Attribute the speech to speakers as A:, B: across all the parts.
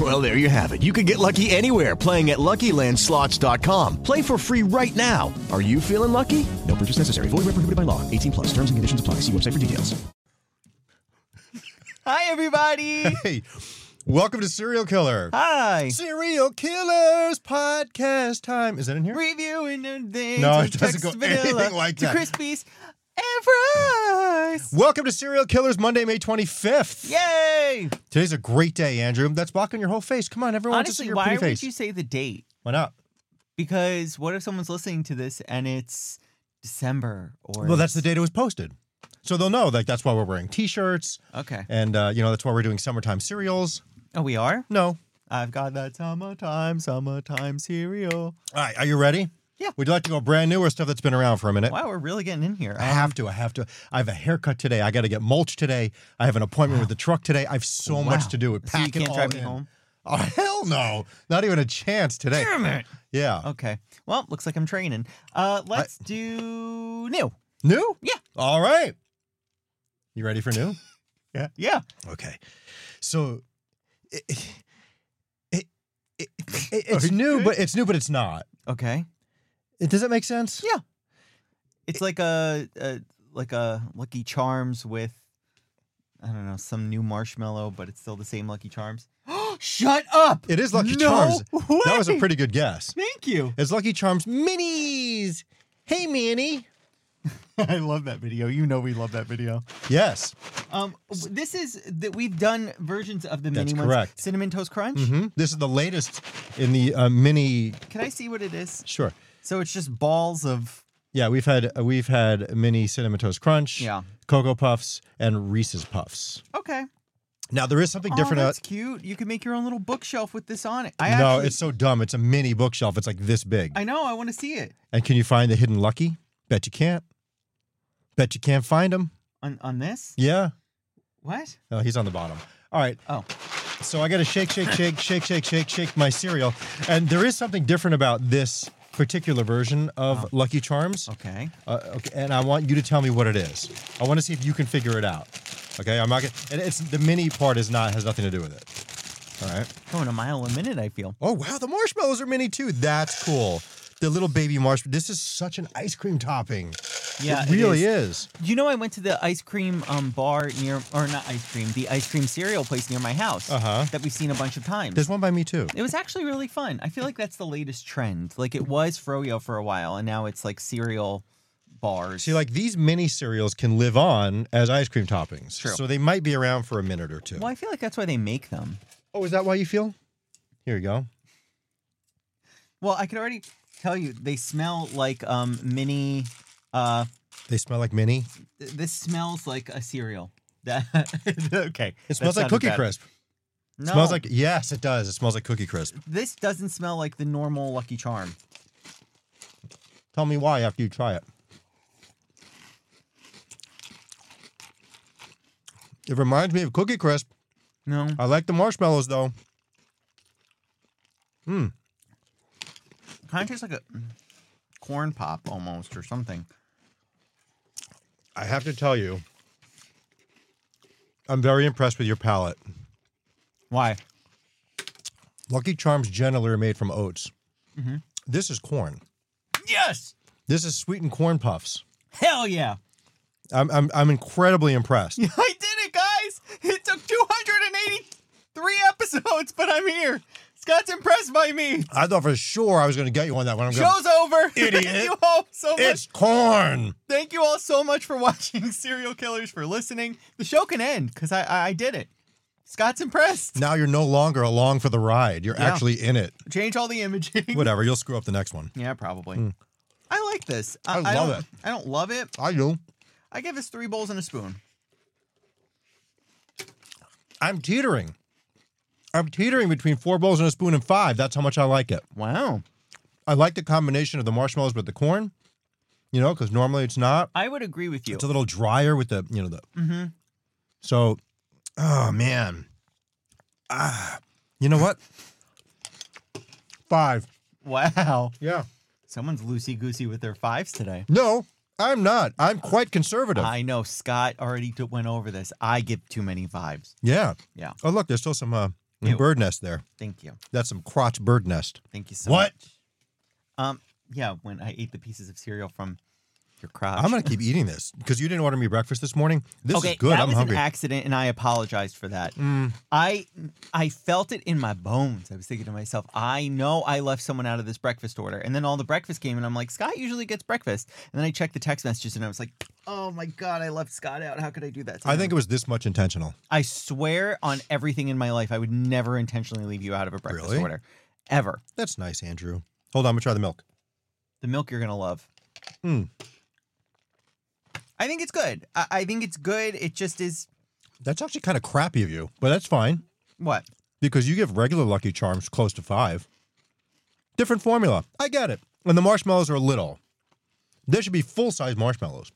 A: Well, there you have it. You can get lucky anywhere playing at LuckyLandSlots.com. Play for free right now. Are you feeling lucky? No purchase necessary. Void where prohibited by law. 18 plus. Terms and conditions apply. See website for details.
B: Hi, everybody.
C: Hey, welcome to Serial Killer.
B: Hi.
C: Serial Killers podcast time. Is that in here?
B: Reviewing new things.
C: No,
B: from
C: it doesn't go
B: Jack's Vanilla
C: anything like
B: to
C: that.
B: Krispies and fries.
C: Welcome to Serial Killers Monday, May 25th.
B: Yay!
C: Today's a great day, Andrew. That's blocking your whole face. Come on, everyone wants to see
B: Honestly,
C: your
B: why
C: pretty
B: would
C: face.
B: you say the date?
C: Why not?
B: Because what if someone's listening to this and it's December or
C: Well, that's the date it was posted. So they'll know, like, that's why we're wearing t shirts.
B: Okay.
C: And, uh, you know, that's why we're doing summertime cereals.
B: Oh, we are.
C: No.
B: I've got that summertime, summertime cereal.
C: All right, are you ready?
B: Yeah.
C: Would you like to go brand new or stuff that's been around for a minute?
B: Wow, we're really getting in here.
C: I
B: Um,
C: have to. I have to. I have a haircut today. I got to get mulch today. I have an appointment with the truck today. I have so much
B: Wow.
C: to do. With
B: So you
C: packing
B: can't
C: all
B: drive me
C: in.
B: home?
C: Oh hell no! Not even a chance today. Damn Oh. it! Yeah.
B: Okay. Well, looks like I'm training. Uh, let's do new.
C: New?
B: Yeah.
C: All right. You ready for new?
B: Yeah.
C: okay. So, it, it, it, it- it's new, but it's new, but it's not.
B: Okay.
C: It, does that make sense?
B: Yeah. It's like a, a like a Lucky Charms with I don't know some new marshmallow, but it's still the same Lucky Charms. Shut up!
C: It is Lucky
B: No
C: Charms. That was a
B: way!
C: pretty good guess.
B: Thank you.
C: It's Lucky Charms minis. Hey, Minnie.
B: I love that video. You know we love that video.
C: Yes.
B: Um, w- this is that we've done versions of the
C: That's
B: mini ones.
C: correct.
B: Cinnamon toast crunch.
C: hmm This is the latest in the uh, mini.
B: Can I see what it is?
C: Sure.
B: So it's just balls of
C: Yeah, we've had uh, we've had mini cinnamon toast crunch,
B: Yeah.
C: cocoa puffs, and Reese's puffs.
B: okay.
C: Now there is something
B: Oh,
C: different.
B: that's
C: uh,
B: cute. You can make your own little bookshelf with this on it. I
C: no,
B: actually,
C: it's so dumb. It's a mini bookshelf. It's like this big.
B: I know. I want to see it
C: and can you find the hidden lucky? Bet you can't. Bet you can't find him.
B: on on this.
C: Yeah.
B: What?
C: No, he's on the bottom. All right.
B: Oh,
C: So I got to shake, shake, shake, shake, shake, shake, shake my cereal. And there is something different about this particular version of Lucky Charms.
B: Oh. okay.
C: Uh, okay, and I want you to tell me what it is. I want to see if you can figure it out. Okay, I'm not gonna. And it's the mini part is not has nothing to do with it. All right.
B: Going a mile a minute. I feel.
C: Oh wow, the marshmallows are mini too. That's cool. The little baby marshmallow. This is such an ice cream topping.
B: Yeah,
C: it
B: it
C: really is.
B: You know, I went to the ice cream um, bar near, or not ice cream, the ice cream cereal place near my house
C: Uh-huh.
B: that we've seen a bunch of times.
C: There's one by me too.
B: it was actually really fun. I feel like that's the latest trend. Like it was froyo for a while, and now it's like cereal bars.
C: See, like these mini cereals can live on as ice cream toppings.
B: True.
C: So they might be around for a minute or two.
B: well, I feel like that's why they make them.
C: Oh, is that why you feel? Here you go.
B: Well, I can already tell you they smell like um mini. Uh,
C: They smell like mini.
B: th- this smells like a cereal. That okay.
C: It smells
B: that sounded
C: like Cookie
B: bad.
C: Crisp.
B: No,
C: Smells like yes, it does. It smells like Cookie Crisp.
B: this doesn't smell like the normal Lucky Charm.
C: Tell me why after you try it. It reminds me of Cookie Crisp.
B: No.
C: I like the marshmallows though.
B: Kind of tastes like a mm, corn pop almost or something.
C: I have to tell you, I'm very impressed with your palate.
B: Why?
C: Lucky Charms generally are made from oats.
B: Mm-hmm.
C: This is corn.
B: Yes!
C: This is sweetened corn puffs.
B: Hell yeah!
C: I'm I'm, I'm incredibly impressed.
B: I did it, guys! It took 283 episodes, but I'm here. Scott's impressed by me.
C: I thought for sure I was going to get you on that one. I'm going,
B: Show's over.
C: Idiot.
B: Thank you all so much.
C: it's corn.
B: Thank you all so much for watching Serial Killers, for listening. The show can end because I, I I did it. Scott's impressed.
C: Now you're no longer along for the ride. You're
B: Yeah.
C: actually in it.
B: Change all the imaging.
C: Whatever. You'll screw up the next one.
B: Yeah, probably. I like this.
C: Hmm. I love
B: don't-
C: it.
B: I don't love it.
C: I do.
B: I give this three bowls and a spoon.
C: I'm teetering. I'm teetering between four bowls and a spoon and five. That's how much I like it.
B: Wow.
C: I like the combination of the marshmallows with the corn, you know, because normally it's not.
B: I would agree with you.
C: It's a little drier with the, you know, the. Mm-hmm. So, oh man, ah, you know what? Five.
B: Wow.
C: Yeah.
B: Someone's loosey goosey with their fives today.
C: No, I'm not. I'm quite conservative.
B: I know Scott already t- went over this. I give too many vibes.
C: yeah.
B: Yeah.
C: Oh look, there's still some uh,
B: Ew.
C: bird nest there.
B: Thank you.
C: That's some crotch bird nest.
B: Thank you so
C: What?
B: much. Um. Yeah. When I ate the pieces of cereal from your crotch.
C: I'm gonna keep eating this because you didn't order me breakfast this morning. This
B: okay,
C: is good.
B: That
C: I'm
B: was
C: hungry. Mm.
B: an accident, and I apologized for that. I I felt it in my bones. I was thinking to myself, I know I left someone out of this breakfast order, and then all the breakfast came, and I'm like, Scott usually gets breakfast, and then I checked the text messages, and I was like, Oh my god, I left Scott out. How could I do that? to
C: I
B: him?
C: think it was this much intentional.
B: I swear on everything in my life, I would never intentionally leave you out of a breakfast
C: Really?
B: order, ever.
C: That's nice, Andrew. Hold on, I'm gonna try the milk.
B: The milk you're gonna love.
C: Hmm.
B: I think it's good. I, I think it's good. It just is
C: That's actually kind of crappy of you, but that's fine
B: what
C: because you give regular Lucky Charms close to five. Different formula. I get it. And the marshmallows are little. There should be full size marshmallows.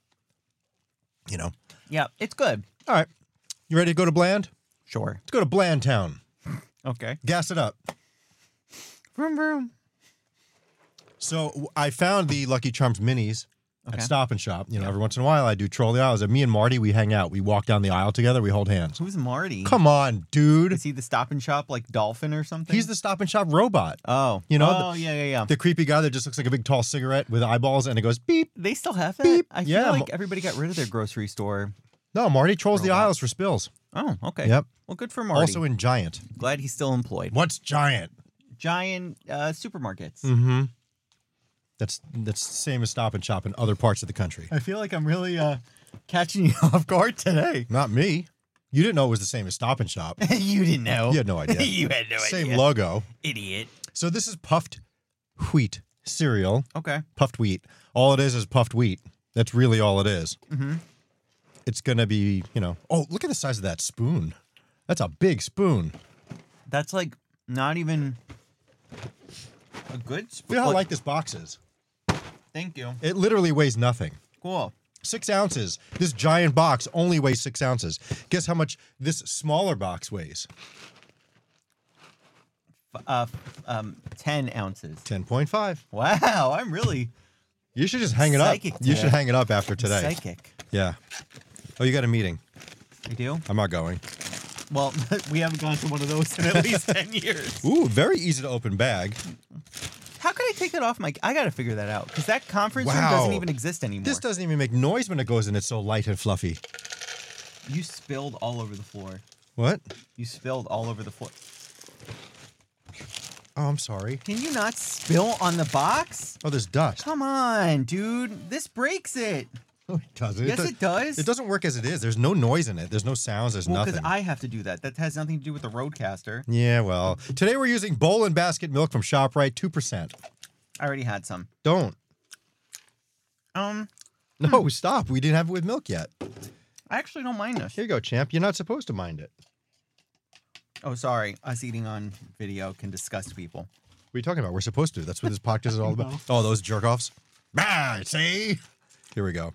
C: You know.
B: Yeah, it's good.
C: All right. You ready to go to Bland?
B: Sure.
C: Let's go to Bland Town.
B: Okay.
C: Gas it up.
B: Vroom vroom.
C: So w- I found the Lucky Charms minis
B: Okay.
C: at Stop and Shop. You know, every once in a while I do troll the aisles. And me and Marty, we hang out. We walk down the aisle together. We hold hands.
B: Who's Marty?
C: Come on, dude.
B: Is he the Stop and Shop like dolphin or something?
C: He's the Stop and Shop robot.
B: oh,
C: you know,
B: Oh
C: the-
B: yeah, yeah, yeah.
C: The creepy guy that just looks like a big tall cigarette with eyeballs and it goes beep.
B: they still have that.
C: Beep.
B: I
C: Yeah,
B: feel like
C: Mo-
B: everybody got rid of their grocery store.
C: No, Marty trolls the aisles for spills.
B: Oh, okay.
C: Yep.
B: Well, good for Marty.
C: Also in Giant.
B: glad he's still employed.
C: What's Giant?
B: Giant uh, supermarkets.
C: That's that's the same as Stop and Shop in other parts of the country.
B: I feel like I'm really uh, catching you off guard today.
C: Not me. You didn't know it was the same as Stop and Shop.
B: you didn't know.
C: You had no idea.
B: you had no
C: same
B: idea.
C: logo.
B: Idiot.
C: So this is puffed wheat cereal.
B: Okay.
C: Puffed wheat. All it is is puffed wheat. That's really all it is.
B: Mm-hmm.
C: It's gonna be, you know. Oh, look at the size of that spoon. That's a big spoon.
B: That's like not even a good. Sp-
C: Feel how
B: Look,
C: light this box is.
B: Thank you.
C: It literally weighs nothing.
B: Cool.
C: Six ounces. This giant box only weighs six ounces. Guess how much this smaller box weighs?
B: F- uh, f- um, ten ounces.
C: 10.5.
B: Wow, I'm really
C: You should just hang it up.
B: Psychic
C: You
B: today.
C: should hang it up after today.
B: psychic.
C: Yeah. Oh, you got a meeting.
B: You do?
C: I'm not going.
B: Well, we haven't gone to one of those in at least 10 years.
C: Ooh, very easy to open bag.
B: How could I take that off my. I got to figure that out because that conference room
C: Wow.
B: doesn't even exist anymore.
C: This doesn't even make noise when it goes in. It's so light and fluffy.
B: You spilled all over the floor.
C: What?
B: You spilled all over the floor.
C: Oh, I'm sorry.
B: Can you not spill on the box?
C: Oh, there's dust.
B: Come on, dude. This breaks it.
C: No, it doesn't.
B: Yes,
C: do-
B: it does.
C: It doesn't work as it is. There's no noise in it. There's no sounds. There's
B: Well, because
C: nothing.
B: I have to do that. That has nothing to do with the Roadcaster.
C: Yeah, well, today we're using bowl and basket milk from Shoprite, two percent.
B: I already had some.
C: Don't.
B: Um,
C: No, stop. We didn't have it with milk yet.
B: I actually don't mind this.
C: Here you go, champ. You're not supposed to mind it.
B: Oh, sorry. Us eating on video can disgust people.
C: What are you talking about? We're supposed to. That's what this podcast is all about. Oh, those jerk offs. Bah, see? Here we go.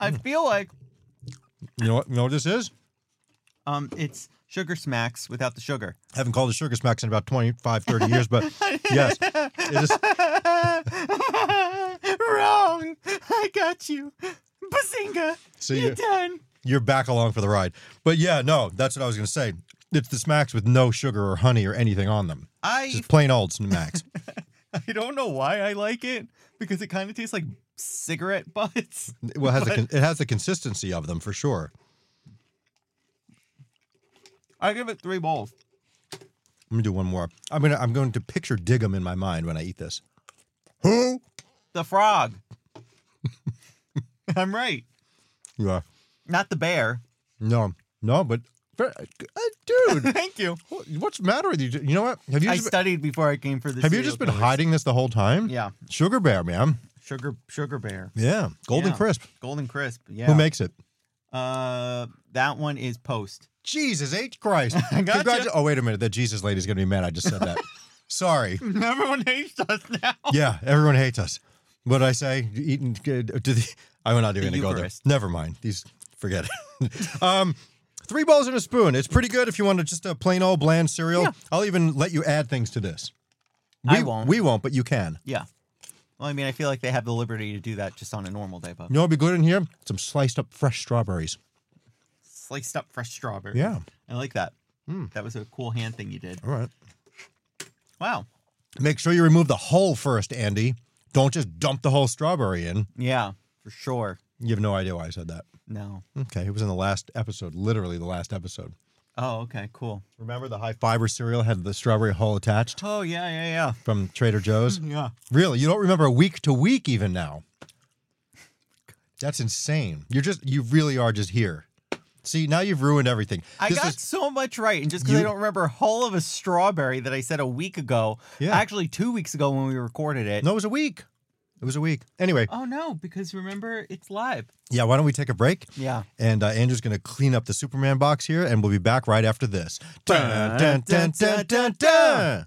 B: I feel like
C: You know what? You know what this is?
B: um, it's Sugar Smacks without the sugar.
C: I haven't called it sugar smacks in about 25, 30 years, but yes. It is,
B: Wrong. I got you. Bazinga.
C: So
B: you're
C: you-
B: done.
C: you're back along for the ride. But yeah, no, that's what I was going to say. It's the smacks with no sugar or honey or anything on them.
B: I
C: Just plain old smacks.
B: I don't know why I like it because it kind of tastes like cigarette butts.
C: Well, it has, a, con- it has the consistency of them for sure.
B: I give it three bowls.
C: Let me do one more. I'm gonna I'm going to picture Diggum in my mind when I eat this. Who?
B: The frog. I'm right.
C: Yeah.
B: Not the bear.
C: No, no, but uh, dude,
B: Thank you.
C: what- what's the matter with you? You know what? Have you
B: I
C: just,
B: studied before I came for this.
C: have you just been hiding this the whole time?
B: Yeah.
C: Sugar bear, man.
B: Sugar sugar bear.
C: Yeah, golden
B: Yeah.
C: crisp.
B: Golden crisp. Yeah.
C: Who makes it?
B: uh that one is post.
C: Jesus H Christ!
B: gotcha.
C: Congratu- Oh wait a minute, that Jesus lady's gonna be mad. I just said that. Sorry.
B: Everyone hates us now.
C: Yeah, everyone hates us. What did I say? Eating good. To the, I'm not
B: The
C: even going to go there.
B: Eucharist.
C: Never mind. These forget it. um, three bowls and a spoon. It's pretty good if you want to just a plain old bland cereal. I'll even let you add things to this. We
B: I won't.
C: We won't, but you can.
B: Yeah. Well, I mean, I feel like they have the liberty to do that just on a normal day, but
C: You know what'd be good in here? Some sliced up fresh strawberries.
B: sliced up fresh strawberry.
C: Yeah. Hmm.
B: I like that. That was a cool hand thing you did.
C: All right.
B: Wow.
C: Make sure you remove the hull first, Andy. Don't just dump the whole strawberry in.
B: Yeah, for sure.
C: You have no idea why I said that.
B: No.
C: Okay, it was in the last episode, literally the last episode.
B: Oh, okay, cool.
C: Remember the high fiber cereal had the strawberry hull attached?
B: Oh, yeah, yeah, yeah.
C: from Trader Joe's.
B: Yeah.
C: Really, you don't remember week to week even now. That's insane. You're just you really are just here. See, now you've ruined everything.
B: I
C: This
B: got
C: is-
B: so much right, and just because I
C: You-
B: don't remember a whole of a strawberry that I said a week ago,
C: Yeah.
B: actually two weeks ago when we recorded it.
C: no, it was a week. It was a week. Anyway,
B: Oh no, because remember it's live.
C: yeah. Why don't we take a break?
B: Yeah.
C: And uh, Andrew's gonna clean up the Superman box here, and we'll be back right after this. Dun, dun, dun, dun, dun, dun.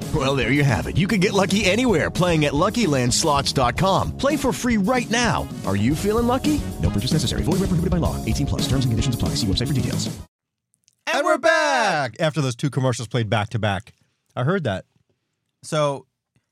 A: Well, there you have it. You can get lucky anywhere playing at LuckyLandSlots.com. Play for free right now. Are you feeling lucky? No purchase necessary. Void where prohibited by law. 18 plus. Terms and conditions apply. See website for details.
C: And, we're back after those two commercials played back to back. I heard that.
B: So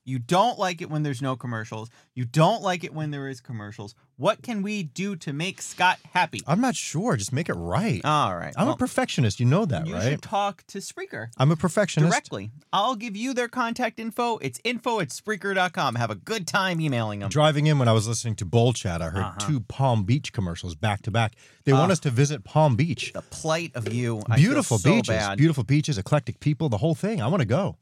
B: you don't like it when there's no commercials. You don't like it when there is commercials. What can we do to make Scott happy?
C: I'm not sure. Just make it right.
B: All right.
C: I'm
B: Uh, well,
C: a perfectionist. You know that,
B: you
C: right?
B: should talk to Spreaker.
C: I'm a perfectionist.
B: Directly. I'll give you their contact info. It's info at Spreaker.com. Have a good time emailing them. Uh-huh.
C: Driving in when I was listening to Bowl Chat, I heard two Palm Beach commercials back to back. They want us to visit Palm Beach.
B: the plight of you. I feel
C: Beautiful
B: so
C: beaches,
B: bad.
C: beautiful beaches, eclectic people, the whole thing. I want to go.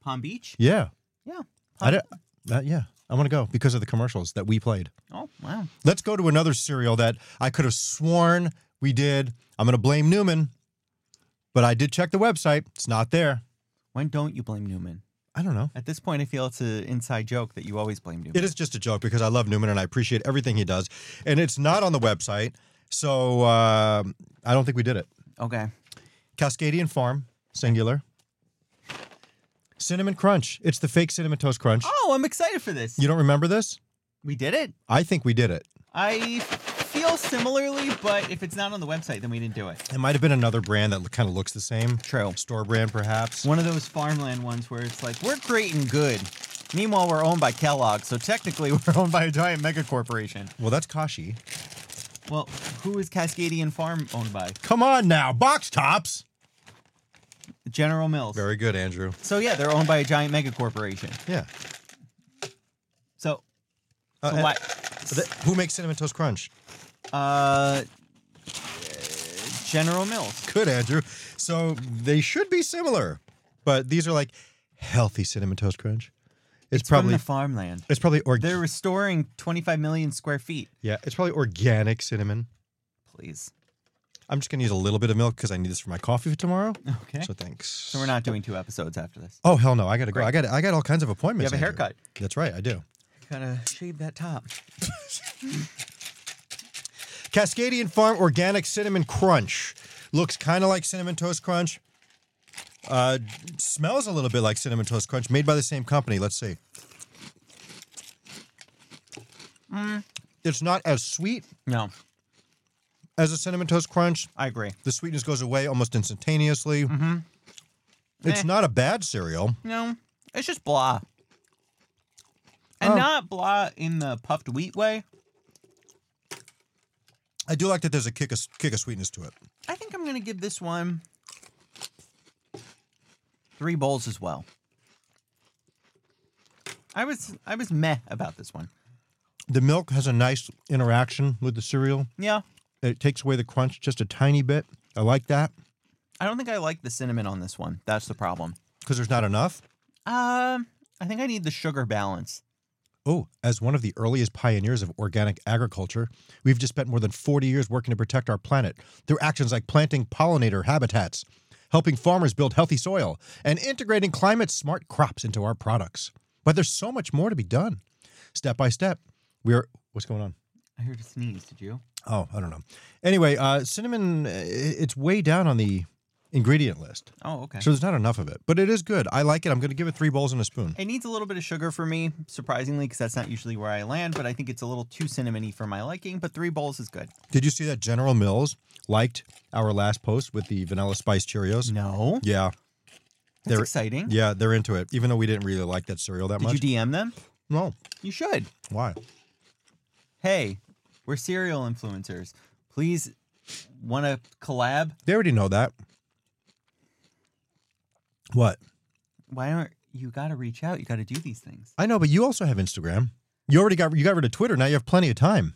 B: Palm Beach?
C: Yeah,
B: Yeah.
C: I don't, that, yeah, I want to go because of the commercials that we played.
B: Oh, wow.
C: Let's go to another cereal that I could have sworn we did. I'm going to blame Newman, but I did check the website. It's not there.
B: When don't you blame Newman?
C: I don't know.
B: At this point, I feel it's an inside joke that you always blame Newman.
C: It is just a joke because I love Newman and I appreciate everything he does, and it's not on the website, so uh, I don't think we did it.
B: Okay.
C: Cascadian Farm, singular. Cinnamon Crunch. It's the fake cinnamon toast crunch.
B: Oh, I'm excited for this.
C: You don't remember this?
B: we did it.
C: I think we did it.
B: I feel similarly, but if it's not on the website, then we didn't do it.
C: It might have been another brand that kind of looks the same.
B: True.
C: Store brand, perhaps.
B: One of those farmland ones where it's like, we're great and good. Meanwhile, we're owned by Kellogg, so technically we're owned by a giant mega corporation.
C: Well, that's Kashi.
B: Well, who is Cascadian Farm owned by?
C: Come on now, box tops.
B: General Mills.
C: Very good, Andrew.
B: So yeah, they're owned by a giant mega corporation.
C: Yeah.
B: So,
C: Uh,
B: so
C: and-
B: why?
C: Th- who makes cinnamon toast crunch?
B: Uh, General Mills.
C: Good, Andrew. So they should be similar, but these are like healthy cinnamon toast crunch. It's,
B: From
C: probably
B: the farmland.
C: it's probably
B: They're
C: organic.
B: restoring 25 million square feet.
C: Yeah, it's probably organic cinnamon.
B: Please.
C: I'm just gonna use a little bit of milk because I need this for my coffee for tomorrow.
B: Okay.
C: So thanks.
B: So we're not doing two episodes after this.
C: Oh hell no! I gotta go.
B: Great.
C: I got I got all kinds of appointments.
B: You have a
C: Andrew.
B: haircut.
C: That's right. I do.
B: Gotta shave that top.
C: Cascadian Farm Organic Cinnamon Crunch looks kind of like cinnamon toast crunch. Uh, smells a little bit like cinnamon toast crunch, made by the same company. Let's see. It's not as sweet
B: No,
C: as a cinnamon toast crunch.
B: I agree.
C: The sweetness goes away almost instantaneously. It's not a bad cereal.
B: No, it's just blah.
C: Oh.
B: And not blah in the puffed wheat way.
C: I do like that there's a kick of, kick of sweetness to it.
B: I think I'm going to give this one three bowls as well. I was I was meh about this one.
C: The milk has a nice interaction with the cereal.
B: Yeah,
C: It takes away the crunch just a tiny bit. I like that
B: I don't think I like the cinnamon on this one. That's the problem.
C: because there's not enough.
B: Um, I think I need the sugar balance.
C: Oh, as one of the earliest pioneers of organic agriculture, we've just spent more than 40 years working to protect our planet through actions like planting pollinator habitats, helping farmers build healthy soil, and integrating climate smart crops into our products. But there's so much more to be done. Step by step, we are. What's going on?
B: I heard a sneeze. Did you?
C: Oh, I don't know. Anyway, uh, cinnamon, uh, it's way down on the ingredient list.
B: Oh, okay.
C: So there's not enough of it, but it is good. I like it. I'm going to give it three bowls and a spoon.
B: It needs a little bit of sugar for me, surprisingly, because that's not usually where I land. But I think it's a little too cinnamony for my liking. But three bowls is good.
C: Did you see that General Mills liked our last post with the vanilla spice Cheerios?
B: No,
C: Yeah,
B: that's
C: They're-
B: exciting.
C: yeah, they're into it. Even though we didn't really like that cereal that much.
B: Did you DM them?
C: no,
B: You should.
C: why?
B: Hey, we're cereal influencers. Please, want to collab?
C: They already know that. What?
B: Why aren't you got to reach out? You got to do these things.
C: I know, but you also have Instagram. You already got you got rid of Twitter. Now you have plenty of time.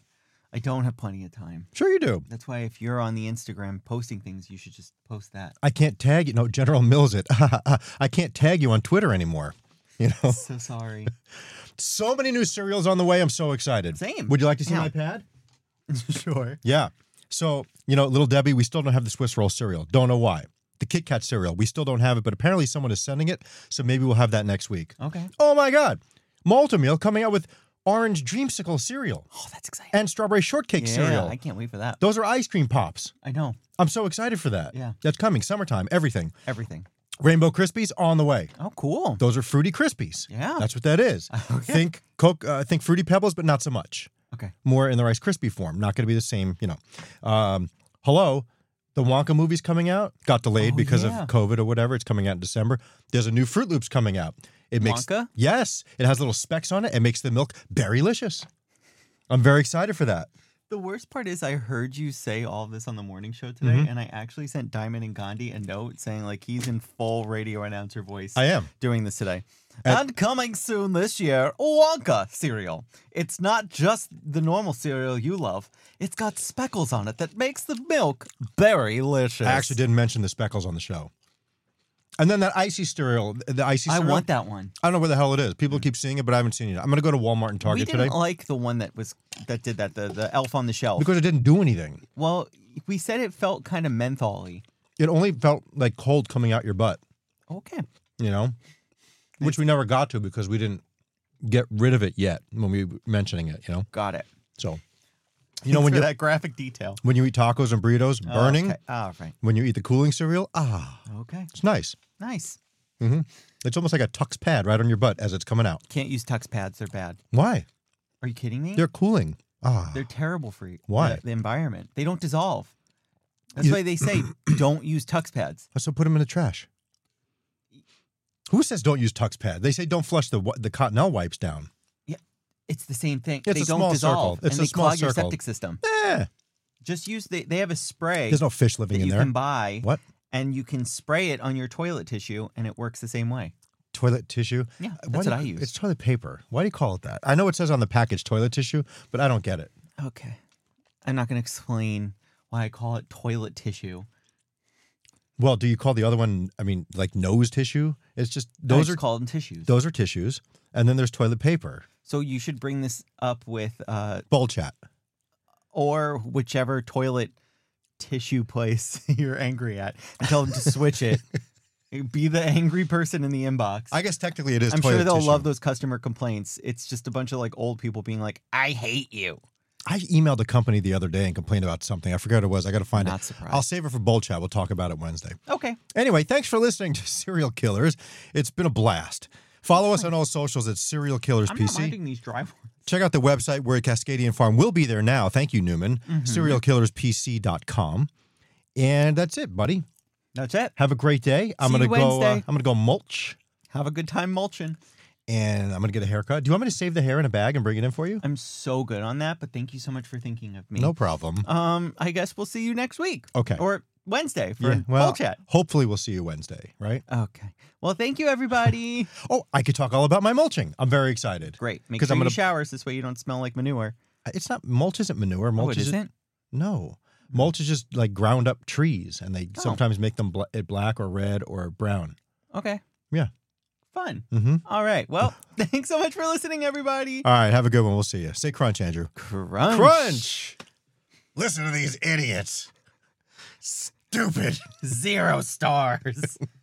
B: I don't have plenty of time.
C: Sure, you do.
B: That's why if you're on the Instagram posting things, you should just post that.
C: I can't tag you. No, General Mills it. I can't tag you on Twitter anymore. You know,
B: so sorry.
C: so many new cereals on the way. I'm so excited.
B: Same.
C: Would you like to see
B: Yeah.
C: my pad?
B: sure.
C: Yeah. So, you know, little Debbie, we still don't have the Swiss roll cereal. Don't know why. The Kit Kat cereal, we still don't have it, but apparently someone is sending it. So maybe we'll have that next week.
B: Okay.
C: Oh my God. Malta Meal coming out with orange dreamsicle cereal
B: Oh, that's exciting.
C: and strawberry shortcake
B: yeah,
C: cereal.
B: I can't wait for that.
C: Those are ice cream pops.
B: I know
C: I'm so excited for that.
B: Yeah.
C: That's coming, summertime, everything.
B: everything.
C: Rainbow Krispies on the way.
B: Oh, cool.
C: Those are fruity Krispies.
B: Yeah.
C: That's what that is. Think Coke, uh, think fruity pebbles, but not so much.
B: Okay.
C: more in the Rice Krispie form. Not going to be the same, you know. Um, hello, the Wonka movie's coming out. Got delayed
B: Oh,
C: because
B: yeah.
C: of COVID or whatever. It's coming out in December. There's a new Fruit Loops coming out. It makes
B: Wonka?
C: yes, it has little specks on it. It makes the milk berrylicious. I'm very excited for that.
B: The worst part is I heard you say all this on the morning show today, and I actually sent Diamond and Gandhi a note saying like he's in full radio announcer voice.
C: I am.
B: doing this today. and coming soon this year, Wonka cereal. It's not just the normal cereal you love. It's got speckles on it that makes the milk very delicious.
C: I actually didn't mention the speckles on the show. And then that icy cereal, the icy.
B: I
C: cereal,
B: want that one.
C: I don't know where the hell it is. People keep seeing it, but I haven't seen it. I'm gonna go to Walmart and
B: we
C: Target
B: didn't
C: today
B: like the one that was that did that the, the elf on the shelf
C: because it didn't do anything.
B: well we said it felt kind of mentholy
C: It only felt like cold coming out your butt.
B: okay
C: you know, which we never got to because we didn't get rid of it yet when we were mentioning it, you know.
B: got it
C: So, you know, when
B: For
C: you
B: that graphic detail
C: when you eat tacos and burritos, burning.
B: okay. all right
C: When you eat the cooling cereal, ah,
B: okay
C: it's nice.
B: nice
C: It's almost like a tux pad right on your butt as it's coming out.
B: can't use tux pads they're bad
C: Why?
B: are you kidding me
C: They're cooling. Ah,
B: Mm-hmm. They're terrible for you.
C: Why?
B: The, the environment. They don't dissolve. That's
C: You-
B: why they say don't use tux pads.
C: so put them in the trash. Who says don't use tux pad? They say don't flush the wi- the Cottonelle wipes down.
B: It's the same thing.
C: It's
B: they
C: a
B: don't
C: small
B: dissolve.
C: circle. It's
B: and
C: a
B: they
C: small
B: clog your
C: circle.
B: septic system.
C: Eh,
B: Just use the, they have a spray
C: there's no fish
B: that
C: living in
B: you
C: there.
B: can buy
C: What?
B: and you can spray it on your toilet tissue and it works the same way.
C: toilet tissue.
B: Yeah,
C: Why
B: that's
C: do
B: what I
C: you-
B: use.
C: It's toilet paper. Why do you call it that? I know it says on the package toilet tissue, but I don't get it.
B: Okay. I'm not going to explain why I call it toilet tissue.
C: Well, do you call the other one? I mean, like nose tissue. It's just
B: No,
C: those
B: it's
C: are
B: called tissues.
C: those are tissues, and then there's toilet paper.
B: so you should bring this up with uh,
C: Bowl chat.
B: or whichever toilet tissue place you're angry at and tell them to switch it. Be the angry person in the inbox.
C: I guess technically it is.
B: am sure
C: toilet
B: they'll
C: tissue.
B: love those customer complaints. It's just a bunch of like old people being like, I hate you.
C: I emailed a company the other day and complained about something. I forgot what it was. I got to find
B: Not
C: it.
B: surprised.
C: I'll save it for bowl chat. We'll talk about it Wednesday.
B: Okay.
C: Anyway, thanks for listening to Serial Killers. It's been a blast. Follow us on all socials at Serial Killers
B: I'm not
C: PC.
B: minding these dry ones.
C: Check out the website. We're at Cascadian Farm. We'll be there
B: Mm-hmm.
C: now. Thank you, Newman. SerialKillersPC.com. And that's it, buddy.
B: That's it.
C: Have a great day. I'm
B: See
C: gonna
B: you
C: go. Uh, I'm
B: Wednesday.
C: gonna go mulch,
B: Have a good time mulching.
C: and I'm gonna get a haircut. Do you want me to save the hair in a bag and bring it in for you?
B: I'm so good on that, but thank you so much for thinking of me.
C: No problem.
B: Um, I guess we'll see you next week.
C: Okay.
B: Or Wednesday for
C: Yeah,
B: a
C: well,
B: full chat.
C: hopefully we'll see you Wednesday, right?
B: Okay. Well, thank you, everybody.
C: Oh, I could talk all about my mulching. I'm very excited.
B: Great. Make
C: 'Cause
B: sure
C: I'm
B: you
C: gonna-
B: showers. This way you don't smell like manure.
C: It's not mulch isn't manure.
B: Oh,
C: Mulch
B: it
C: is
B: isn't? Hmm.
C: No, mulch is just like ground up trees, and
B: Oh.
C: they sometimes make them bla- it black or red or brown.
B: Okay.
C: Yeah.
B: Fun.
C: Mm-hmm.
B: All right. Well, thanks so much for listening, everybody.
C: All right, have a good one. We'll see you. Say crunch, Andrew.
B: Crunch.
C: Crunch. Listen to these idiots. Stupid.
B: Zero stars.